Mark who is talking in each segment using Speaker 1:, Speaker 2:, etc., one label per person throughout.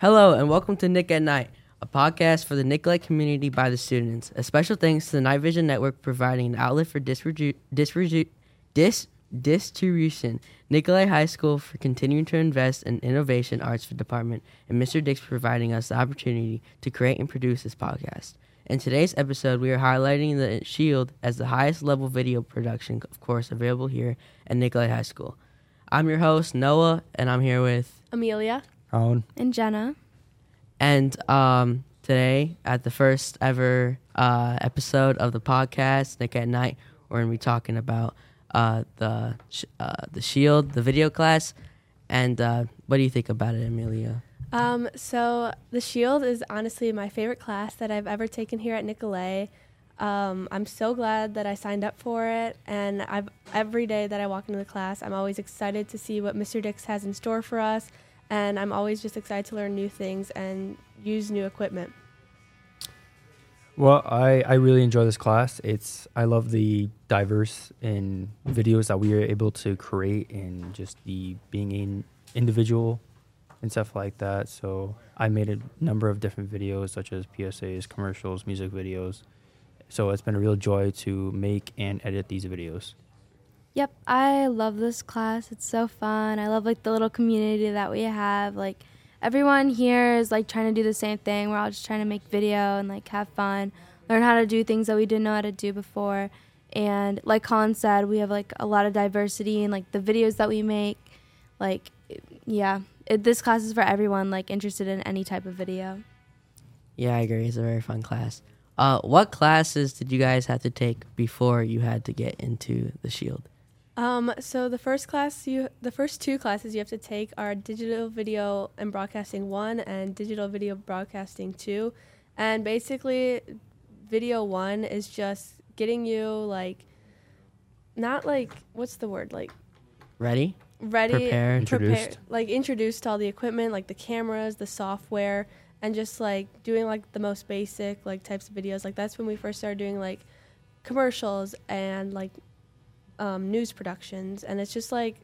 Speaker 1: Hello, and welcome to Nick at Night, a podcast for the Nicollet community by the students. A special thanks to the Night Vision Network providing an outlet for disregu- disregu- dis- distribution. Nicollet High School for continuing to invest in innovation arts department, and Mr. Dix providing us the opportunity to create and produce this podcast. In today's episode, we are highlighting the Shield as the highest level video production, of course, available here at Nicollet High School. I'm your host, Noah, and I'm here with
Speaker 2: Amelia
Speaker 3: Owen.
Speaker 2: and Jenna.
Speaker 1: And um, today, at the first ever uh, episode of the podcast, Nick at Night, we're gonna be talking about uh, the sh- uh, the Shield, the video class, and uh, what do you think about it, Amelia?
Speaker 2: Um, so the Shield is honestly my favorite class that I've ever taken here at Nicolet. Um, I'm so glad that I signed up for it, and I've every day that I walk into the class, I'm always excited to see what Mr. Dix has in store for us, and I'm always just excited to learn new things and use new equipment.
Speaker 3: Well, I, I really enjoy this class. It's I love the diverse in videos that we are able to create and just the being an individual and stuff like that. So I made a number of different videos such as PSAs, commercials, music videos. So it's been a real joy to make and edit these videos.
Speaker 4: Yep, I love this class. It's so fun. I love like the little community that we have. Like everyone here is like trying to do the same thing. We're all just trying to make video and like have fun, learn how to do things that we didn't know how to do before. And like Colin said, we have like a lot of diversity in like the videos that we make. Like it- yeah, it, this class is for everyone like interested in any type of video.
Speaker 1: Yeah, I agree. It's a very fun class. Uh, what classes did you guys have to take before you had to get into the Shield?
Speaker 2: Um, so the first class you the first two classes you have to take are digital video and broadcasting one and digital video broadcasting two. And basically video one is just getting you like not like what's the word? Like
Speaker 1: Ready?
Speaker 2: ready
Speaker 1: Prepared.
Speaker 3: Introduced.
Speaker 2: like introduced to all the equipment, like the cameras, the software, and just like doing like the most basic like types of videos. Like that's when we first started doing like commercials and like um, news productions, and it's just like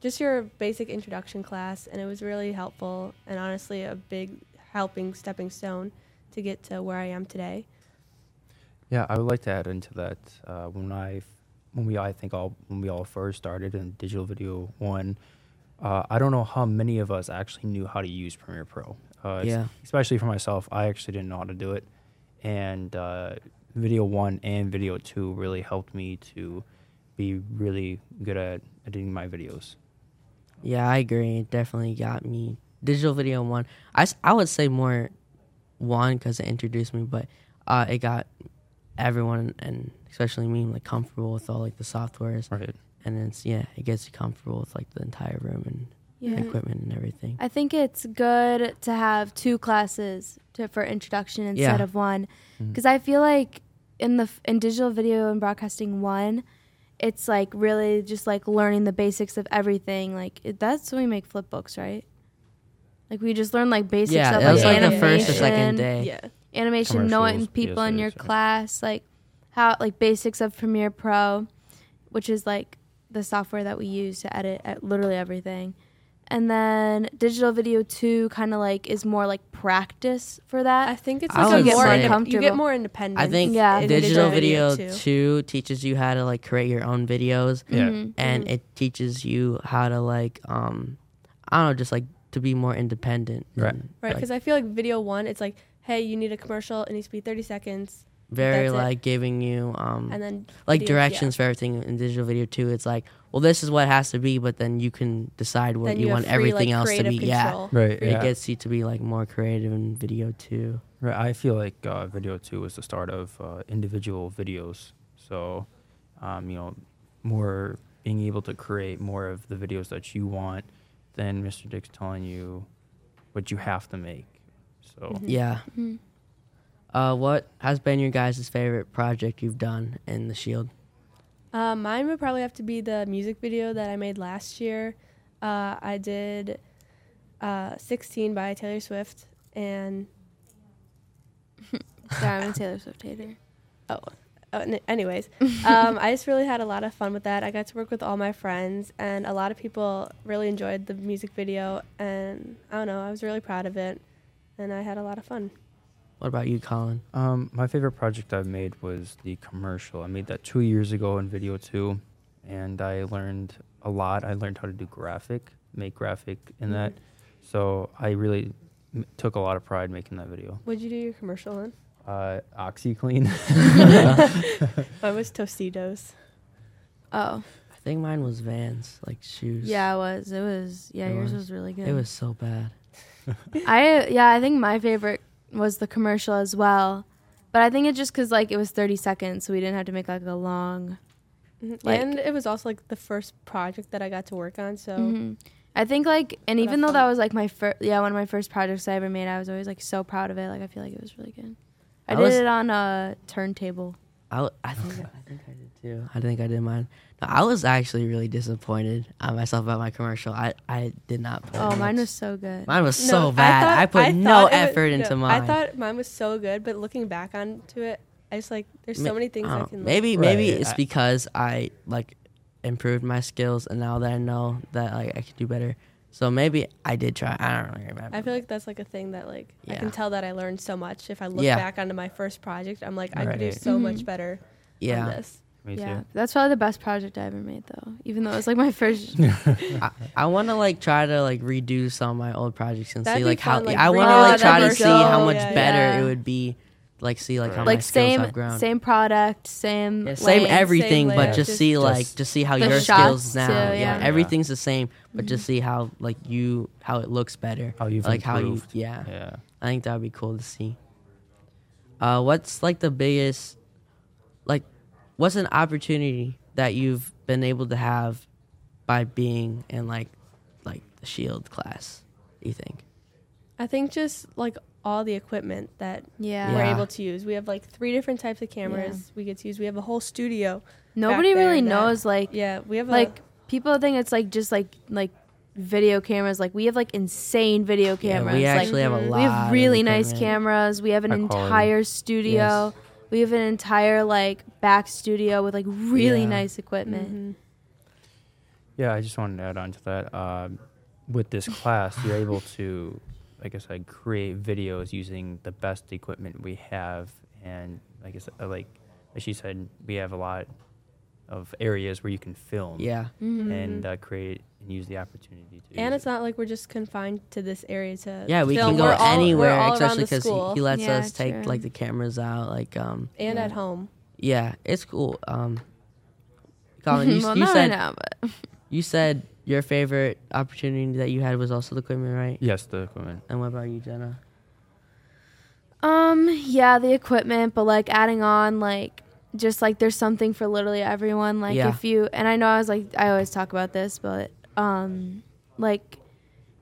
Speaker 2: just your basic introduction class, and it was really helpful and honestly a big helping stepping stone to get to where I am today.
Speaker 3: Yeah, I would like to add into that. Uh, when I, when we, I think all when we all first started in digital video one, uh, I don't know how many of us actually knew how to use Premiere Pro. Uh, it's-
Speaker 1: Yeah.
Speaker 3: Especially for myself, I actually didn't know how to do it, and uh, video one and video two really helped me to be really good at editing my videos.
Speaker 1: Yeah, I agree. It definitely got me. Digital video one. I, s- I would say more one because it introduced me, but uh, it got everyone and especially me like comfortable with all like the softwares
Speaker 3: Right.
Speaker 1: and then it's, yeah, it gets you comfortable with like the entire room and equipment and everything.
Speaker 4: I think it's good to have two classes to, for introduction instead
Speaker 1: Yeah. Mm-hmm.
Speaker 4: of one, because I feel like in the f- in digital video and broadcasting one, it's like really just like learning the basics of everything. Like it, that's when we make flip books, right? Like we just learn like basics.
Speaker 1: Yeah,
Speaker 4: of,
Speaker 1: that was like
Speaker 4: like
Speaker 1: the first or second day.
Speaker 4: animation
Speaker 2: Yeah.
Speaker 4: animation,
Speaker 3: Commercials,
Speaker 4: knowing people in your
Speaker 3: PSAs, right.
Speaker 4: class, like how like basics of Premiere Pro, which is like the software that we use to edit at literally everything. And then digital video two kind of like is more like practice for
Speaker 2: I
Speaker 4: that.
Speaker 2: think it's
Speaker 1: I
Speaker 2: like a
Speaker 1: would
Speaker 2: more
Speaker 1: say-
Speaker 2: indep- you get
Speaker 4: Comfortable.
Speaker 2: more independence.
Speaker 1: I think
Speaker 4: Yeah.
Speaker 2: in
Speaker 1: digital video,
Speaker 2: too.
Speaker 1: two teaches you how to like create your own videos
Speaker 3: Yeah.
Speaker 4: Mm-hmm.
Speaker 2: Mm-hmm.
Speaker 1: and it teaches you how to like, um, I don't know, just like to be more independent.
Speaker 3: Right.
Speaker 1: and,
Speaker 2: Right,
Speaker 1: like,
Speaker 2: because I feel like video one, it's like, hey, you need a commercial. It needs to be 30 seconds.
Speaker 1: very
Speaker 2: that's it.
Speaker 1: like giving you, um,
Speaker 2: And then,
Speaker 1: like
Speaker 2: video-
Speaker 1: directions for everything in digital video too. It's like, well, this is what it has to be, but then you can decide
Speaker 2: yeah.
Speaker 1: what
Speaker 2: then
Speaker 1: you,
Speaker 2: have
Speaker 1: want
Speaker 2: free,
Speaker 1: everything
Speaker 2: like,
Speaker 1: else to be.
Speaker 2: creative
Speaker 1: Yeah,
Speaker 2: control.
Speaker 3: Right.
Speaker 1: it gets you to be like more creative in video too.
Speaker 3: Right, I feel like uh, video two was the start of uh, individual videos. So, um, you know, more being able to create more of the videos that you want than Mr. Dick's telling you what you have to make. So,
Speaker 2: Mm-hmm.
Speaker 1: Yeah. Uh, what has been your guys' favorite project you've done in the Shield?
Speaker 2: Uh, mine would probably have to be the music video that I made last year. Uh, I did uh, 16 by Taylor Swift. And
Speaker 4: Sorry, I'm a Taylor Swift hater.
Speaker 2: oh, oh, n- anyways, um, I just really had a lot of fun with that. I got to work with all my friends, and a lot of people really enjoyed the music video. And I don't know, I was really proud of it, and I had a lot of fun.
Speaker 1: What about you, Colin?
Speaker 3: Um, my favorite project I've made was the commercial. I made that two years ago in Video 2, and I learned a lot. I learned how to do graphic, make graphic in that.
Speaker 2: Mm-hmm.
Speaker 3: So I really m- took a lot of pride making that video.
Speaker 2: What'd you do your commercial in?
Speaker 3: Uh, OxyClean.
Speaker 2: Mine was Tostitos.
Speaker 4: Oh,
Speaker 1: I think mine was Vans, like shoes.
Speaker 4: yeah, it was. It was. Yeah,
Speaker 1: It
Speaker 4: yours
Speaker 1: was.
Speaker 4: was really good.
Speaker 1: It was so bad.
Speaker 4: I yeah, I think my favorite was the commercial as well, but I think it's just because like it was 30 seconds, so we didn't have to make like a long.
Speaker 2: Mhm.
Speaker 4: Like-
Speaker 2: and it was also like the first project that I got to work on, so
Speaker 4: Mhm. I think like, and
Speaker 2: But I
Speaker 4: even though
Speaker 2: found-
Speaker 4: that was like my first, yeah, one of my first projects I ever made, I was always like so proud of it. Like I feel like it was really good. I,
Speaker 1: I
Speaker 4: did
Speaker 1: was-
Speaker 4: it on a turntable.
Speaker 1: I, I think I think I did too. I think I did mine. No, I was actually really disappointed at myself about my commercial. I, I did not put.
Speaker 4: Oh,
Speaker 1: in
Speaker 4: mine
Speaker 1: much.
Speaker 4: was so good.
Speaker 1: Mine was
Speaker 2: No,
Speaker 1: so bad. I, put no
Speaker 2: thought it was-
Speaker 1: effort
Speaker 2: no,
Speaker 1: into mine.
Speaker 2: I thought mine was so good, but looking back onto it, I just like there's
Speaker 1: Ma-
Speaker 2: so many things
Speaker 1: I
Speaker 2: I,
Speaker 1: don't-
Speaker 2: can look-
Speaker 1: Oh, maybe
Speaker 3: Right,
Speaker 1: maybe
Speaker 3: yeah,
Speaker 1: it's
Speaker 3: I-
Speaker 1: because I like improved my skills and now that I know that like I could do better. So maybe I did try. I don't really remember.
Speaker 2: I feel like that's like a thing that like I
Speaker 1: Yeah.
Speaker 2: can tell that I learned so much. If I look
Speaker 1: Yeah.
Speaker 2: back onto my first project, I'm like I could do
Speaker 3: Right.
Speaker 2: so much
Speaker 4: Mhm.
Speaker 2: better. Yeah.
Speaker 1: yeah.
Speaker 2: this.
Speaker 3: Me
Speaker 4: yeah,
Speaker 3: too.
Speaker 4: that's probably the best project I ever made though. Even though it was like my first.
Speaker 1: I, I want to like try to like redo some of my old projects and
Speaker 2: That'd
Speaker 1: see
Speaker 2: be
Speaker 1: like how
Speaker 2: fun, like,
Speaker 1: I want to
Speaker 4: redo
Speaker 1: like try to
Speaker 4: another
Speaker 1: see how
Speaker 4: show,
Speaker 1: much
Speaker 2: yeah,
Speaker 1: better
Speaker 4: yeah.
Speaker 1: it would be. Like see like how
Speaker 3: Right.
Speaker 1: my
Speaker 4: like
Speaker 1: skills
Speaker 4: same
Speaker 1: have grown.
Speaker 4: same product, same
Speaker 1: Yeah, same
Speaker 4: lane,
Speaker 1: everything, but
Speaker 2: layout,
Speaker 1: just,
Speaker 2: just-
Speaker 1: see
Speaker 3: Just
Speaker 1: like just see how
Speaker 4: the
Speaker 1: your
Speaker 4: shots
Speaker 1: skills now.
Speaker 4: too,
Speaker 1: yeah.
Speaker 4: yeah. Mm-hmm.
Speaker 1: everything's the same, but just see how like you how it looks better.
Speaker 3: How you've
Speaker 1: like
Speaker 3: improved.
Speaker 1: how you yeah.
Speaker 3: Yeah.
Speaker 1: I think that would be cool to see. Uh, what's like the biggest, like, what's an opportunity that you've been able to have by being in like, like the Shield class? You think?
Speaker 2: I think just like all the equipment that
Speaker 4: Yeah.
Speaker 2: we're
Speaker 1: Yeah.
Speaker 2: able to use. We have like three different types of cameras we get to use. We have a whole studio.
Speaker 4: Nobody
Speaker 2: back there
Speaker 4: really
Speaker 2: that-
Speaker 4: knows like
Speaker 2: Yeah, we have
Speaker 4: like people think it's like just like like video cameras. Like we have like insane video
Speaker 1: Yeah,
Speaker 4: cameras.
Speaker 1: we
Speaker 4: like
Speaker 1: actually have a
Speaker 2: Mhm.
Speaker 1: lot.
Speaker 4: we have
Speaker 1: of
Speaker 4: really nice
Speaker 1: equipment.
Speaker 4: cameras. We have an
Speaker 3: High quality.
Speaker 4: entire studio.
Speaker 1: Yes.
Speaker 4: We have an entire like back studio with like really
Speaker 1: Yeah.
Speaker 4: nice equipment.
Speaker 2: Mm-hmm.
Speaker 3: Yeah, I just wanted to add on to that. Um, with this class, you're able to, like I said, create videos using the best equipment we have, and like I said, uh, like as she said, we have a lot of areas where you can film,
Speaker 1: Yeah,
Speaker 3: and uh, create and use the opportunity to.
Speaker 2: Mm-hmm. and
Speaker 3: use
Speaker 2: it's
Speaker 3: it.
Speaker 2: not like we're just confined to this area to
Speaker 1: yeah. We
Speaker 2: film.
Speaker 1: can go
Speaker 2: We're all- we're
Speaker 1: anywhere,
Speaker 2: all around
Speaker 1: especially
Speaker 2: the
Speaker 1: because
Speaker 2: school
Speaker 1: he, he lets
Speaker 4: Yeah,
Speaker 1: us take
Speaker 4: true.
Speaker 1: like the cameras out. Like, um,
Speaker 2: and
Speaker 4: Yeah.
Speaker 2: at home.
Speaker 1: yeah, it's cool. Um, Colin, you,
Speaker 4: well,
Speaker 1: you
Speaker 4: not
Speaker 1: said
Speaker 4: right now, but
Speaker 1: you said your favorite opportunity that you had was also the equipment, right?
Speaker 3: yes, the equipment.
Speaker 1: And what about you, Jenna?
Speaker 4: Um, yeah, the equipment, but like adding on like just like there's something for literally everyone. Like
Speaker 1: Yeah.
Speaker 4: if you and I know I was like I always talk about this, but um like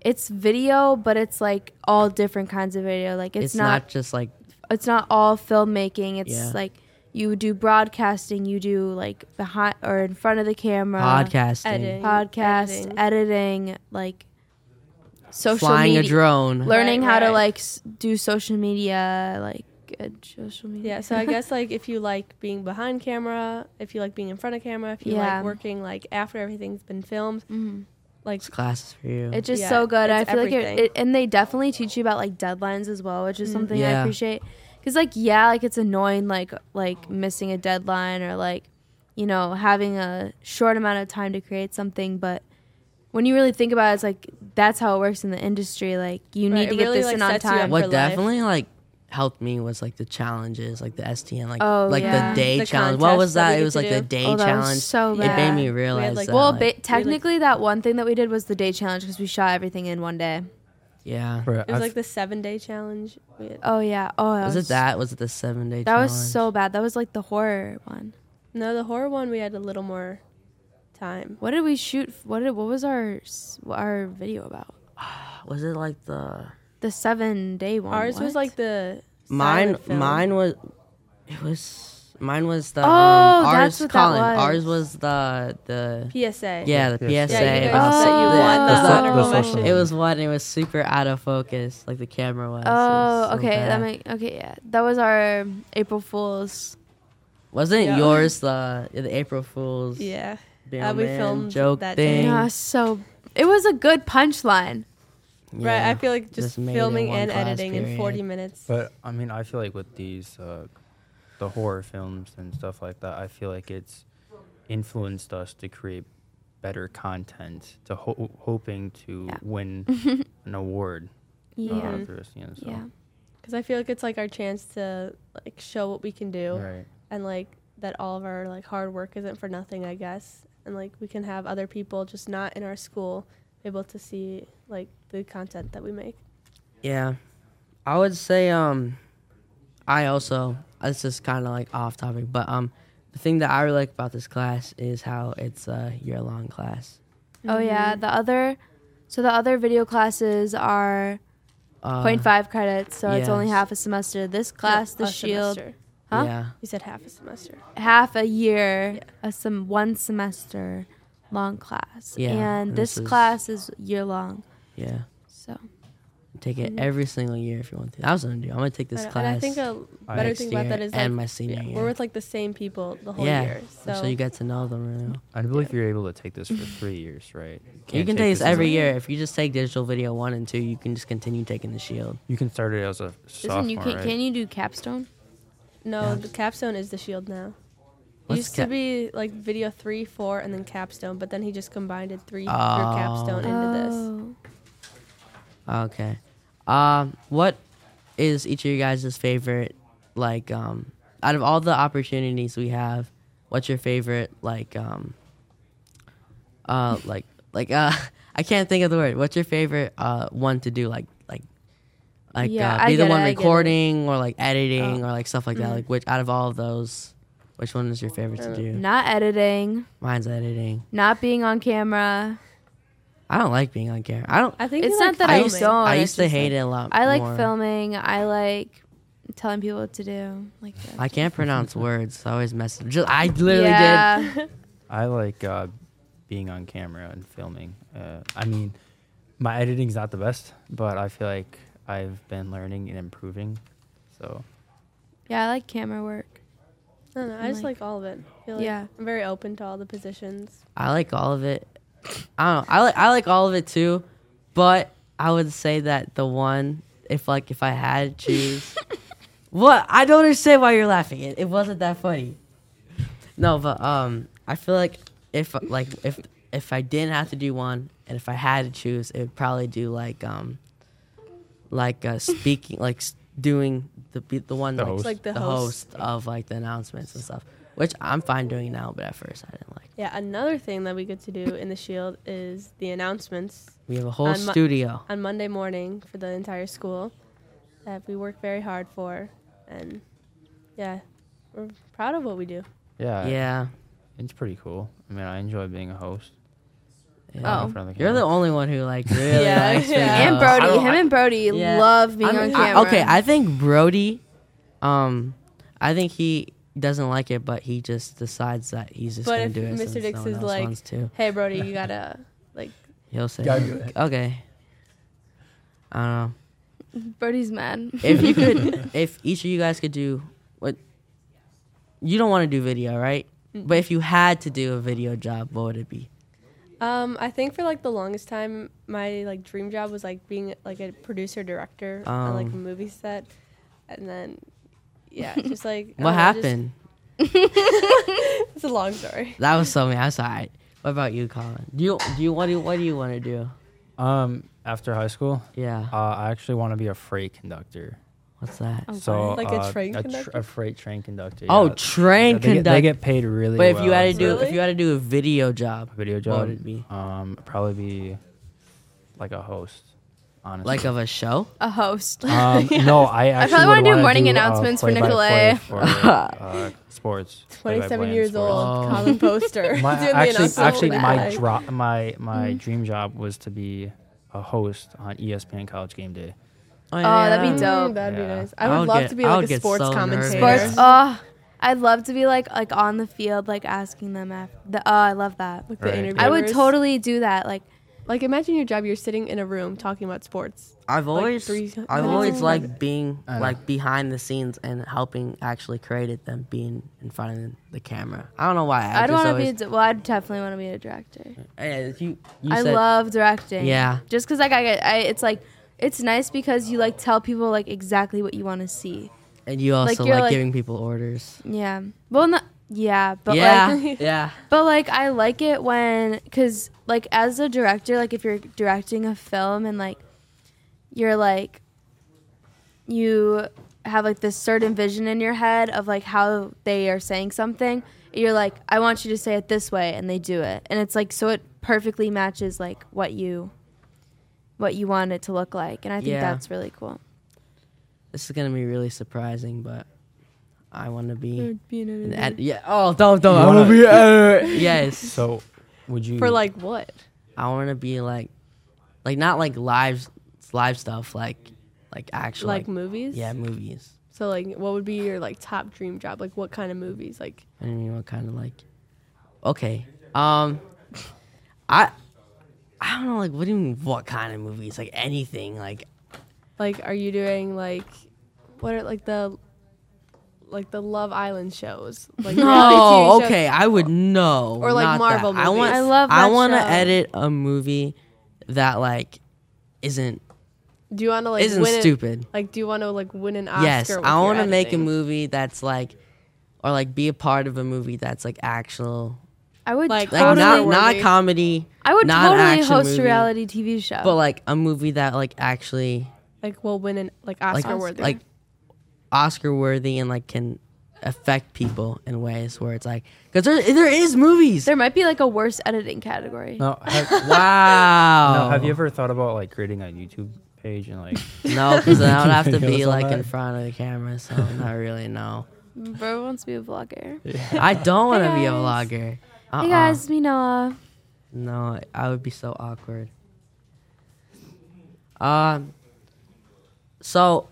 Speaker 4: it's video, but it's like all different kinds of video. Like it's,
Speaker 1: It's,
Speaker 4: not,
Speaker 1: not just like
Speaker 4: it's not all filmmaking. It's
Speaker 1: Yeah.
Speaker 4: like you do broadcasting, you do like behind or in front of the camera,
Speaker 1: podcasting,
Speaker 2: Editing.
Speaker 4: podcast,
Speaker 2: Editing.
Speaker 4: editing, like social
Speaker 1: flying
Speaker 4: media,
Speaker 1: a drone.
Speaker 4: learning
Speaker 2: Right,
Speaker 4: how to
Speaker 2: right.
Speaker 4: like s- do social media like uh, social media
Speaker 2: Yeah, so I guess like if you like being behind camera, if you like being in front of camera, if you
Speaker 4: Yeah.
Speaker 2: like working like after everything's been filmed,
Speaker 4: Mhm.
Speaker 2: like
Speaker 1: It's classes for you.
Speaker 4: it's just
Speaker 2: Yeah,
Speaker 4: so good i
Speaker 2: it's
Speaker 4: feel like
Speaker 2: everything. Mm.
Speaker 4: it, it and they definitely teach you about like deadlines as well which is something i
Speaker 1: Yeah.
Speaker 4: appreciate because like yeah like it's annoying like like missing a deadline or like you know having a short amount of time to create something but when you really think about it it's like that's how it works in the industry like you
Speaker 2: Right,
Speaker 4: need
Speaker 2: it
Speaker 4: to get
Speaker 2: really,
Speaker 4: this
Speaker 2: like,
Speaker 4: in on
Speaker 2: sets you up
Speaker 4: time
Speaker 2: for
Speaker 1: what
Speaker 2: life.
Speaker 1: definitely like helped me was like the challenges, like the STN, like
Speaker 4: Oh,
Speaker 1: like
Speaker 4: yeah.
Speaker 1: the day
Speaker 2: The
Speaker 1: challenge. What
Speaker 2: contest
Speaker 1: was
Speaker 2: that
Speaker 1: that?
Speaker 2: we
Speaker 1: it
Speaker 2: get
Speaker 1: was
Speaker 2: to
Speaker 1: like the
Speaker 2: do.
Speaker 1: day
Speaker 4: Oh, that was
Speaker 1: challenge.
Speaker 4: so
Speaker 1: It made
Speaker 4: bad. We
Speaker 1: me
Speaker 4: had,
Speaker 1: realize
Speaker 2: like-
Speaker 1: that.
Speaker 4: well
Speaker 1: like,
Speaker 4: ba- technically that one thing that we did was the day challenge because we shot everything in one day
Speaker 1: yeah.
Speaker 3: Right,
Speaker 2: it was
Speaker 3: I've-
Speaker 2: like the seven day challenge. We had-
Speaker 4: oh yeah oh that
Speaker 1: Was it that? Was it the seven day?
Speaker 4: That
Speaker 1: challenge?
Speaker 4: was so bad. That was like the horror one.
Speaker 2: No, the horror one we had a little more time.
Speaker 4: What did we shoot? f- What did what was our s- our video about?
Speaker 1: Was it like the
Speaker 4: The seven day one.
Speaker 2: Ours was
Speaker 4: what?
Speaker 2: like the
Speaker 1: mine?
Speaker 2: silent film.
Speaker 1: Mine was. It was mine was the.
Speaker 4: Oh,
Speaker 1: um, ours,
Speaker 4: that's what that
Speaker 1: Colin,
Speaker 4: was.
Speaker 1: Ours was the the.
Speaker 2: PSA.
Speaker 1: Yeah, the
Speaker 3: Yeah,
Speaker 1: PSA.
Speaker 2: Yeah, you
Speaker 1: It
Speaker 2: guys
Speaker 1: was
Speaker 2: said you
Speaker 1: the-
Speaker 2: won
Speaker 1: the
Speaker 2: the,
Speaker 1: so-
Speaker 3: so-
Speaker 2: honorable
Speaker 3: the
Speaker 2: mention.
Speaker 3: social-
Speaker 1: It was one. It was super out of focus, like the camera was. It was
Speaker 4: Oh,
Speaker 1: so
Speaker 4: okay.
Speaker 1: bad.
Speaker 4: That might, okay, yeah. That was our April Fools.
Speaker 1: Wasn't
Speaker 2: Yeah.
Speaker 1: yours the the April Fool's
Speaker 2: Yeah.
Speaker 1: Bill
Speaker 2: Uh, we
Speaker 1: Man
Speaker 2: filmed
Speaker 1: joke
Speaker 2: that day.
Speaker 1: thing?
Speaker 4: Yeah, so it was a good punchline.
Speaker 2: Right.
Speaker 1: Yeah.
Speaker 2: I feel like just,
Speaker 1: Just made it in
Speaker 2: filming
Speaker 1: one
Speaker 2: and
Speaker 1: class
Speaker 2: editing in
Speaker 1: period.
Speaker 2: 40 minutes.
Speaker 3: But I mean, I feel like with these, uh, the horror films and stuff like that, I feel like it's influenced us to create better content, to ho- hoping to
Speaker 4: Yeah.
Speaker 3: win an award.
Speaker 1: Oh.
Speaker 4: Yeah.
Speaker 3: Uh, for, us, you know, so.
Speaker 4: Yeah.
Speaker 2: Because I feel like it's like our chance to like show what we can do
Speaker 3: Right.
Speaker 2: and like that all of our like hard work isn't for nothing, I guess. And like we can have other people just not in our school able to see like the content that we make.
Speaker 1: Yeah. I would say um I also this is kinda like off topic, but um the thing that I really like about this class is how it's a year long class.
Speaker 4: Oh
Speaker 2: Mm-hmm.
Speaker 4: yeah, the other so the other video classes are
Speaker 1: Uh,
Speaker 4: 0.5 credits, so it's only
Speaker 1: yes.
Speaker 4: half a semester. This class,
Speaker 2: No,
Speaker 4: the
Speaker 2: a
Speaker 4: shield,
Speaker 2: semester.
Speaker 4: huh?
Speaker 1: Yeah.
Speaker 2: You said half a semester.
Speaker 4: half a year,
Speaker 2: Yeah.
Speaker 4: a some one semester long class.
Speaker 1: Yeah,
Speaker 4: and
Speaker 1: and
Speaker 4: this,
Speaker 1: this is-
Speaker 4: class is year long.
Speaker 1: Yeah.
Speaker 4: So
Speaker 1: Take it every single year if you want to. I was gonna do. I'm gonna take this
Speaker 2: and,
Speaker 1: class.
Speaker 2: and I think a
Speaker 3: I-
Speaker 2: better
Speaker 1: next
Speaker 2: thing about
Speaker 1: year
Speaker 2: that is like
Speaker 1: and my senior
Speaker 2: yeah,
Speaker 1: year.
Speaker 2: we're with like the same people the whole
Speaker 1: yeah.
Speaker 2: year. So,
Speaker 1: So. you get to know them really. well.
Speaker 3: I believe you're able to take this for three years, right?
Speaker 1: You
Speaker 3: can't
Speaker 1: can take
Speaker 3: this
Speaker 1: this
Speaker 3: as a-
Speaker 1: every year. If you just take digital video one and two, you can just continue taking the shield.
Speaker 3: You can start it as a sophomore,
Speaker 4: isn't you can
Speaker 3: right?
Speaker 4: can you do capstone?
Speaker 2: no,
Speaker 1: Yeah.
Speaker 2: the capstone is the shield now.
Speaker 1: What's
Speaker 2: used
Speaker 1: ca-
Speaker 2: to be like video three, four, and then capstone, but then he just combined it three
Speaker 1: Oh.
Speaker 2: through capstone into this.
Speaker 1: Okay. Um, what is each of you guys' favorite, like, um, out of all the opportunities we have, what's your favorite, like, um, uh, like, like, uh, I can't think of the word. What's your favorite, uh, one to do, like, like, like,
Speaker 4: Yeah,
Speaker 1: uh,
Speaker 4: I
Speaker 1: be the
Speaker 4: get it,
Speaker 1: one
Speaker 4: I get it. Uh, mm-hmm.
Speaker 1: recording or like editing or like stuff like that. Like, which out of all of those, which one is your favorite
Speaker 4: Uh,
Speaker 1: to do?
Speaker 4: Not editing,
Speaker 1: Mine's editing.
Speaker 4: not being on camera.
Speaker 1: I don't like being on camera. I don't.
Speaker 2: I think
Speaker 4: It's
Speaker 2: he
Speaker 4: not
Speaker 2: liked
Speaker 4: that I
Speaker 2: filming.
Speaker 1: used,
Speaker 4: don't,
Speaker 1: I
Speaker 4: it's
Speaker 1: used to
Speaker 4: just,
Speaker 1: hate it a lot.
Speaker 4: I like
Speaker 1: more.
Speaker 4: filming. I like telling people what to do. Like that.
Speaker 1: I can't pronounce words. So I always mess. Up. Just, I literally did.
Speaker 4: yeah.
Speaker 3: I like uh, being on camera and filming. Uh, I mean, my editing's not the best, but I feel like I've been learning and improving. So
Speaker 4: Yeah, I like camera work.
Speaker 2: No, no, I just
Speaker 4: Like-
Speaker 2: like, all of it. I feel like
Speaker 4: Yeah.
Speaker 2: I'm very open to all the positions.
Speaker 1: I like all of it. I don't. Know. I like. I like all of it too, but I would say that the one, if like, if I had to choose, what I don't understand why you're laughing. It, it wasn't that funny. No, but um, I feel like if like if if I didn't have to do one, and if I had to choose, it would probably do like um, like uh, speaking, like s- doing the be- the one
Speaker 3: The
Speaker 1: like,
Speaker 3: host.
Speaker 2: Like
Speaker 1: the,
Speaker 2: the
Speaker 1: host.
Speaker 2: host.
Speaker 1: of like the announcements and stuff, which I'm fine doing now, but at first I didn't like.
Speaker 2: Yeah, another thing that we get to do in the shield is the announcements
Speaker 1: We have a whole
Speaker 2: On Mo-
Speaker 1: studio.
Speaker 2: on Monday morning for the entire school that we work very hard for, and yeah, we're proud of what we do.
Speaker 3: yeah,
Speaker 1: yeah.
Speaker 3: it's pretty cool. I mean, I enjoy being a host.
Speaker 1: yeah.
Speaker 4: Oh.
Speaker 3: in front of
Speaker 1: You're the
Speaker 3: camera.
Speaker 1: only one who like really
Speaker 2: Yeah,
Speaker 1: likes being
Speaker 2: yeah.
Speaker 1: a
Speaker 4: And
Speaker 1: host.
Speaker 4: Brody,
Speaker 1: I don't-
Speaker 4: him and Brody
Speaker 1: Yeah.
Speaker 4: love being
Speaker 1: I
Speaker 4: on
Speaker 1: mean, I-
Speaker 4: camera.
Speaker 1: okay, I think Brody, um, I think he doesn't like it, but he just decides that he's just
Speaker 2: But
Speaker 1: gonna
Speaker 2: if
Speaker 1: do it.
Speaker 2: Mr.
Speaker 1: since
Speaker 2: Dix
Speaker 1: no one
Speaker 2: is
Speaker 1: else
Speaker 2: like-
Speaker 1: wants to.
Speaker 2: Hey, Brody, you gotta like
Speaker 1: he'll say,
Speaker 3: Gotta do it.
Speaker 1: okay. I don't know.
Speaker 4: Brody's mad.
Speaker 1: If you could, if each of you guys could do what, you don't want to do video, right? But if you had to do a video job, what would it be?
Speaker 2: Um, I think for like the longest time, my like dream job was like being like a producer director on like a
Speaker 1: Um.
Speaker 2: movie set, and then yeah, just like I
Speaker 1: What
Speaker 2: don't know, just-
Speaker 1: happened?
Speaker 2: it's a long story.
Speaker 1: That was so me. I'm sorry. What about you, Colin? Do you do you what do you, what do you want to do?
Speaker 3: Um, after high school,
Speaker 1: Yeah.
Speaker 3: uh, I actually want to be a freight conductor.
Speaker 1: What's that?
Speaker 4: Oh,
Speaker 3: So
Speaker 4: wow.
Speaker 2: Like a
Speaker 3: uh,
Speaker 2: train
Speaker 3: tr-
Speaker 2: conductor?
Speaker 3: a freight train conductor.
Speaker 1: Oh,
Speaker 3: yeah.
Speaker 1: train
Speaker 3: Yeah, they Get,
Speaker 1: conductor.
Speaker 3: they get paid really.
Speaker 1: but if you
Speaker 3: well,
Speaker 1: had to
Speaker 3: so-
Speaker 1: do if
Speaker 2: Really?
Speaker 1: you had to do a video job,
Speaker 3: video job,
Speaker 1: what would it be?
Speaker 3: um, probably be like a host, honestly.
Speaker 1: Like of a show?
Speaker 4: a host.
Speaker 3: Um, No, I
Speaker 4: I
Speaker 3: actually
Speaker 4: probably
Speaker 3: want
Speaker 4: wanna
Speaker 3: to
Speaker 4: do morning announcements for
Speaker 3: Nicolay.
Speaker 4: Nicolay.
Speaker 3: uh, sports.
Speaker 2: Twenty-seven
Speaker 3: play-by-play in
Speaker 2: years
Speaker 3: sports.
Speaker 1: Oh.
Speaker 2: old, Colin Poster.
Speaker 3: My,
Speaker 2: Doing the
Speaker 3: actually,
Speaker 2: announcement
Speaker 3: actually,
Speaker 2: for
Speaker 3: my
Speaker 2: that.
Speaker 3: dro- my my
Speaker 2: Mm.
Speaker 3: dream job was to be a host on E ESPN College Game Day.
Speaker 4: Oh, that'd be dope.
Speaker 2: Mm, that'd
Speaker 3: Yeah.
Speaker 2: be nice. I
Speaker 1: I
Speaker 2: would
Speaker 1: would
Speaker 2: love
Speaker 1: get-
Speaker 2: to be
Speaker 1: I
Speaker 2: like
Speaker 1: would
Speaker 2: a
Speaker 1: get
Speaker 2: sports
Speaker 1: so nervous.
Speaker 2: commentator.
Speaker 4: Sports.
Speaker 1: Yeah.
Speaker 4: Oh, I'd love to be like like on the field, like asking them after. The, oh, I love that.
Speaker 2: Like
Speaker 3: Right.
Speaker 2: the
Speaker 3: I would
Speaker 4: I would
Speaker 2: interviewers.
Speaker 4: totally do that. Like,
Speaker 2: Like imagine your job. You're sitting in a room talking about sports.
Speaker 1: I've always
Speaker 2: three-
Speaker 1: I've
Speaker 2: no.
Speaker 1: always liked being
Speaker 5: I know.
Speaker 1: like behind the scenes and helping actually create it than being in front of the camera. I don't know why. I,
Speaker 4: I don't
Speaker 1: just
Speaker 4: want to be. A,
Speaker 1: always,
Speaker 4: di- well, I definitely want to be a director.
Speaker 1: Hey, you, you
Speaker 4: I
Speaker 1: said-
Speaker 4: love directing.
Speaker 1: Yeah.
Speaker 4: Just because like I get, I, it's like it's nice because you like tell people like exactly what you want to see.
Speaker 1: and you also
Speaker 4: you're
Speaker 1: like,
Speaker 4: like-
Speaker 1: giving people orders.
Speaker 4: Yeah. Well, not yeah, but
Speaker 1: yeah,
Speaker 4: like
Speaker 1: yeah.
Speaker 4: but like I like it when cuz like as a director, like if you're directing a film and like you're like you have like this certain vision in your head of like how they are saying something, you're like I want you to say it this way and they do it. And it's like so it perfectly matches like what you what you want it to look like. And I think
Speaker 1: Yeah.
Speaker 4: that's really cool.
Speaker 1: This is gonna be really surprising, but I want to be.
Speaker 2: Being an
Speaker 1: An
Speaker 2: editor.
Speaker 1: ed- yeah. Oh, don't don't. I
Speaker 3: wanna
Speaker 1: want to be. Editor. yes.
Speaker 3: So, would you
Speaker 2: for like what?
Speaker 1: I want to be like, like not like live live stuff. Like like actual
Speaker 2: Like,
Speaker 1: like,
Speaker 2: movies.
Speaker 1: yeah movies.
Speaker 2: So like, what would be your like top dream job? Like what kind of movies? Like
Speaker 1: I don't even know what kind of like. Okay. Um, I I don't know. Like, what do you mean? What kind of movies? Like anything? Like
Speaker 2: like are you doing like what are like the like the Love Island shows? Like reality TV
Speaker 1: no.
Speaker 2: shows?
Speaker 1: oh, Okay, I would know.
Speaker 2: Or, like,
Speaker 1: not that.
Speaker 2: Marvel
Speaker 1: I want.
Speaker 2: movies.
Speaker 4: I love
Speaker 1: I
Speaker 4: that
Speaker 1: want to
Speaker 4: show.
Speaker 1: edit a movie that like isn't
Speaker 2: Do you want to like
Speaker 1: isn't
Speaker 2: win an-
Speaker 1: stupid.
Speaker 2: like do you want to like win an Oscar?
Speaker 1: Yes,
Speaker 2: with
Speaker 1: I
Speaker 2: your
Speaker 1: want to make a
Speaker 2: editing?
Speaker 1: movie that's like, or like be a part of a movie that's like actual,
Speaker 4: I would
Speaker 2: Like,
Speaker 1: like
Speaker 4: totally,
Speaker 1: not not
Speaker 2: Totally.
Speaker 1: comedy,
Speaker 4: I would
Speaker 1: not an
Speaker 4: totally
Speaker 1: action
Speaker 4: host
Speaker 1: movie,
Speaker 4: a reality TV show.
Speaker 1: but like a movie that like actually
Speaker 2: Like we'll win an like
Speaker 1: like
Speaker 2: Oscar worthy.
Speaker 1: like Oscar worthy and like can affect people in ways where it's like because there there is movies.
Speaker 4: There might be like a worse editing category.
Speaker 3: no, have,
Speaker 1: wow.
Speaker 3: no,
Speaker 2: Oh.
Speaker 3: have you ever thought about like creating a YouTube page and like
Speaker 1: No, because then I would have to be
Speaker 3: Videos on
Speaker 1: like in
Speaker 3: that?
Speaker 1: front of the camera, so not really. No,
Speaker 4: Bro wants to be a vlogger.
Speaker 1: I don't want to
Speaker 4: Hey
Speaker 1: be a
Speaker 4: guys.
Speaker 1: vlogger. Uh-uh.
Speaker 4: Hey guys, me Noah.
Speaker 1: No, I would be so awkward. Um. So,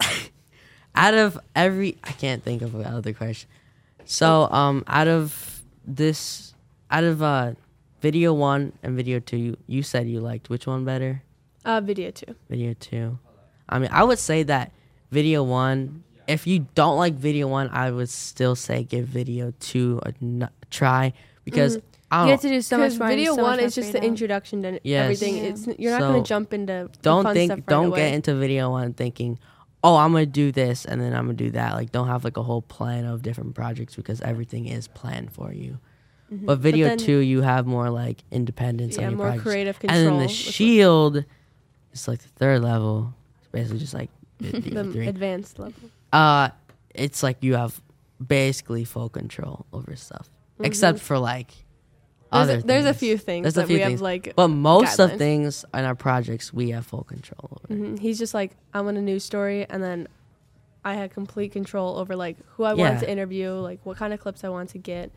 Speaker 1: out of every, I can't think of another question. So, um, out of this, out of uh, video one and video two, you, you said you liked which one better?
Speaker 2: uh, video too.
Speaker 1: Video two. I mean, I would say that video one. If you don't like video one, I would still say give video two a n- try because I
Speaker 4: You
Speaker 1: don't,
Speaker 4: have to do so
Speaker 2: Because
Speaker 4: much more. and
Speaker 2: video
Speaker 4: so much
Speaker 2: one
Speaker 4: more
Speaker 2: is just the
Speaker 4: freedom.
Speaker 2: introduction to
Speaker 1: Yes.
Speaker 2: everything.
Speaker 4: Yeah.
Speaker 2: It's you're not going
Speaker 1: So,
Speaker 2: to jump into the
Speaker 1: don't
Speaker 2: fun
Speaker 1: think
Speaker 2: stuff right
Speaker 1: don't
Speaker 2: away.
Speaker 1: get into video one thinking oh i'm gonna do this and then i'm gonna do that like don't have like a whole plan of different projects because everything is planned for you but video
Speaker 2: Mm-hmm. then-
Speaker 1: two you have more like independence
Speaker 2: yeah
Speaker 1: on your
Speaker 2: more
Speaker 1: projects.
Speaker 2: creative control.
Speaker 1: and then the
Speaker 2: That's what-
Speaker 1: shield it's like the third level it's basically just like video
Speaker 2: the
Speaker 1: three
Speaker 2: advanced level.
Speaker 1: uh it's like you have basically full control over stuff except for like
Speaker 2: Mm-hmm. There's,
Speaker 1: other
Speaker 2: a, there's a
Speaker 1: things.
Speaker 2: few things
Speaker 1: There's a
Speaker 2: that
Speaker 1: few
Speaker 2: we
Speaker 1: things.
Speaker 2: have like.
Speaker 1: but most of
Speaker 2: guidelines.
Speaker 1: things in our projects we have full control over
Speaker 2: mhm, He's just like I want a news story, and then I had complete control over like who
Speaker 1: Yeah.
Speaker 2: I wanted to interview, like what kind of clips I wanted to get.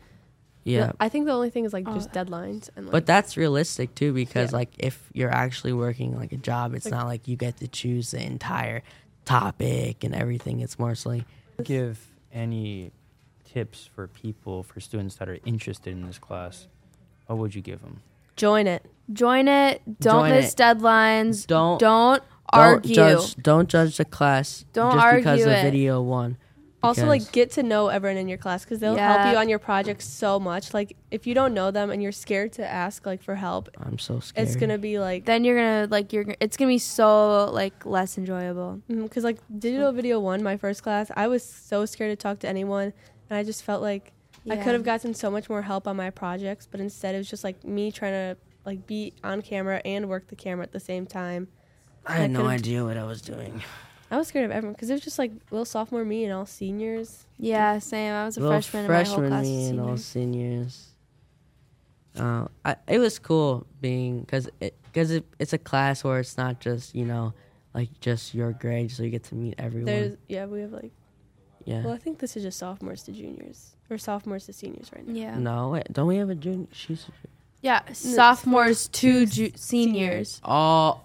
Speaker 1: yeah
Speaker 2: I think the only thing is like just
Speaker 4: Oh.
Speaker 2: deadlines and like.
Speaker 1: But that's realistic too, because
Speaker 2: Yeah.
Speaker 1: like if you're actually working like a job, it's
Speaker 2: Like-
Speaker 1: not like you get to choose the entire topic and everything. It's mostly
Speaker 3: give any tips for people for students that are interested in this class? What would you give them?
Speaker 2: join it.
Speaker 4: Join it. Don't
Speaker 1: Join
Speaker 4: miss
Speaker 1: it.
Speaker 4: deadlines.
Speaker 1: Don't-
Speaker 4: Don't don't
Speaker 1: don't
Speaker 4: argue.
Speaker 1: judge. Don't judge the class
Speaker 4: Don't
Speaker 1: just because
Speaker 4: argue
Speaker 1: of
Speaker 4: it.
Speaker 1: video one.
Speaker 2: Also, like
Speaker 1: because-
Speaker 2: get to know everyone in your class because they'll help
Speaker 4: Yeah.
Speaker 2: you on your projects so much. Like if you don't know them and you're scared to ask like for help,
Speaker 1: I'm so scared.
Speaker 2: it's gonna be like
Speaker 4: Then you're gonna like you're. gonna- It's gonna be so like less enjoyable.
Speaker 2: because mm, like digital video one, my first class, I was so scared to talk to anyone, and I just felt like I
Speaker 4: Yeah.
Speaker 2: could have gotten so much more help on my projects, but instead it was just like me trying to like be on camera and work the camera at the same time.
Speaker 1: I had
Speaker 2: I
Speaker 1: no
Speaker 2: could've-
Speaker 1: idea what I was doing.
Speaker 2: I was scared of everyone because it was just like little sophomore me and all seniors.
Speaker 4: Yeah, same. I was a
Speaker 1: Little
Speaker 4: freshman. and my whole class
Speaker 1: me
Speaker 4: was
Speaker 1: and all
Speaker 4: seniors.
Speaker 1: seniors. Uh, I, it was cool being because it, cause it, it's a class where it's not just you know like just your grade, so you get to meet everyone.
Speaker 2: There's yeah, we have like
Speaker 1: yeah.
Speaker 2: well, I think this is just sophomores to juniors or sophomores to seniors right now.
Speaker 4: Yeah.
Speaker 1: No, wait, don't we have a junior? She's
Speaker 4: Yeah. Sophomores to ju- seniors.
Speaker 1: oh.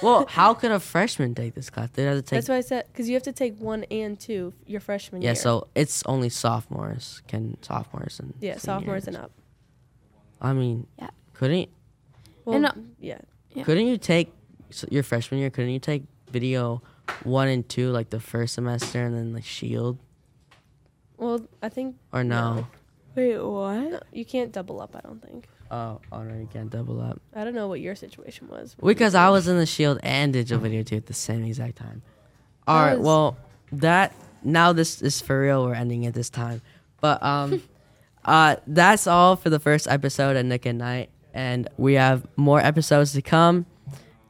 Speaker 1: Well, how could a freshman take this class? They have to take.
Speaker 2: That's why I said because you have to take one and two your freshman
Speaker 1: yeah,
Speaker 2: year.
Speaker 1: so it's only sophomores can sophomores and
Speaker 2: yeah, sophomores
Speaker 1: seniors.
Speaker 2: and up.
Speaker 1: I mean,
Speaker 4: Yeah.
Speaker 1: couldn't
Speaker 2: Well,
Speaker 4: And, uh,
Speaker 2: yeah.
Speaker 4: Yeah.
Speaker 1: Couldn't you take so your freshman year? Couldn't you take video one and two like the first semester and then like Shield
Speaker 2: Well, I think
Speaker 1: or no?
Speaker 4: Wait, what?
Speaker 2: you can't double up. I don't think.
Speaker 1: Oh, oh no, you can't double up.
Speaker 2: I don't know what your situation was.
Speaker 1: Because I was in the Shield and digital video too at the same exact time. All
Speaker 4: That
Speaker 1: right,
Speaker 4: was-
Speaker 1: well that now this is for real. We're ending it this time, but um, uh, that's all for the first episode of Nick and Night, and we have more episodes to come.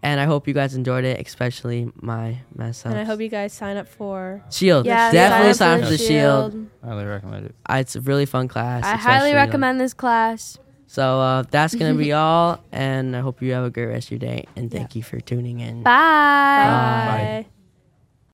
Speaker 1: And I hope you guys enjoyed it, especially my mess ups.
Speaker 2: And I hope you guys sign up for.
Speaker 1: Shield,
Speaker 4: Yeah,
Speaker 1: definitely
Speaker 4: sign
Speaker 1: sign
Speaker 4: up
Speaker 1: for the Shield.
Speaker 3: I highly recommend it.
Speaker 1: Uh, it's a really fun class.
Speaker 4: I highly
Speaker 1: especially- uh,
Speaker 4: recommend this class.
Speaker 1: So uh, that's gonna be all, and I hope you have a great rest of your day. And thank you for tuning in.
Speaker 4: Bye.
Speaker 2: Bye.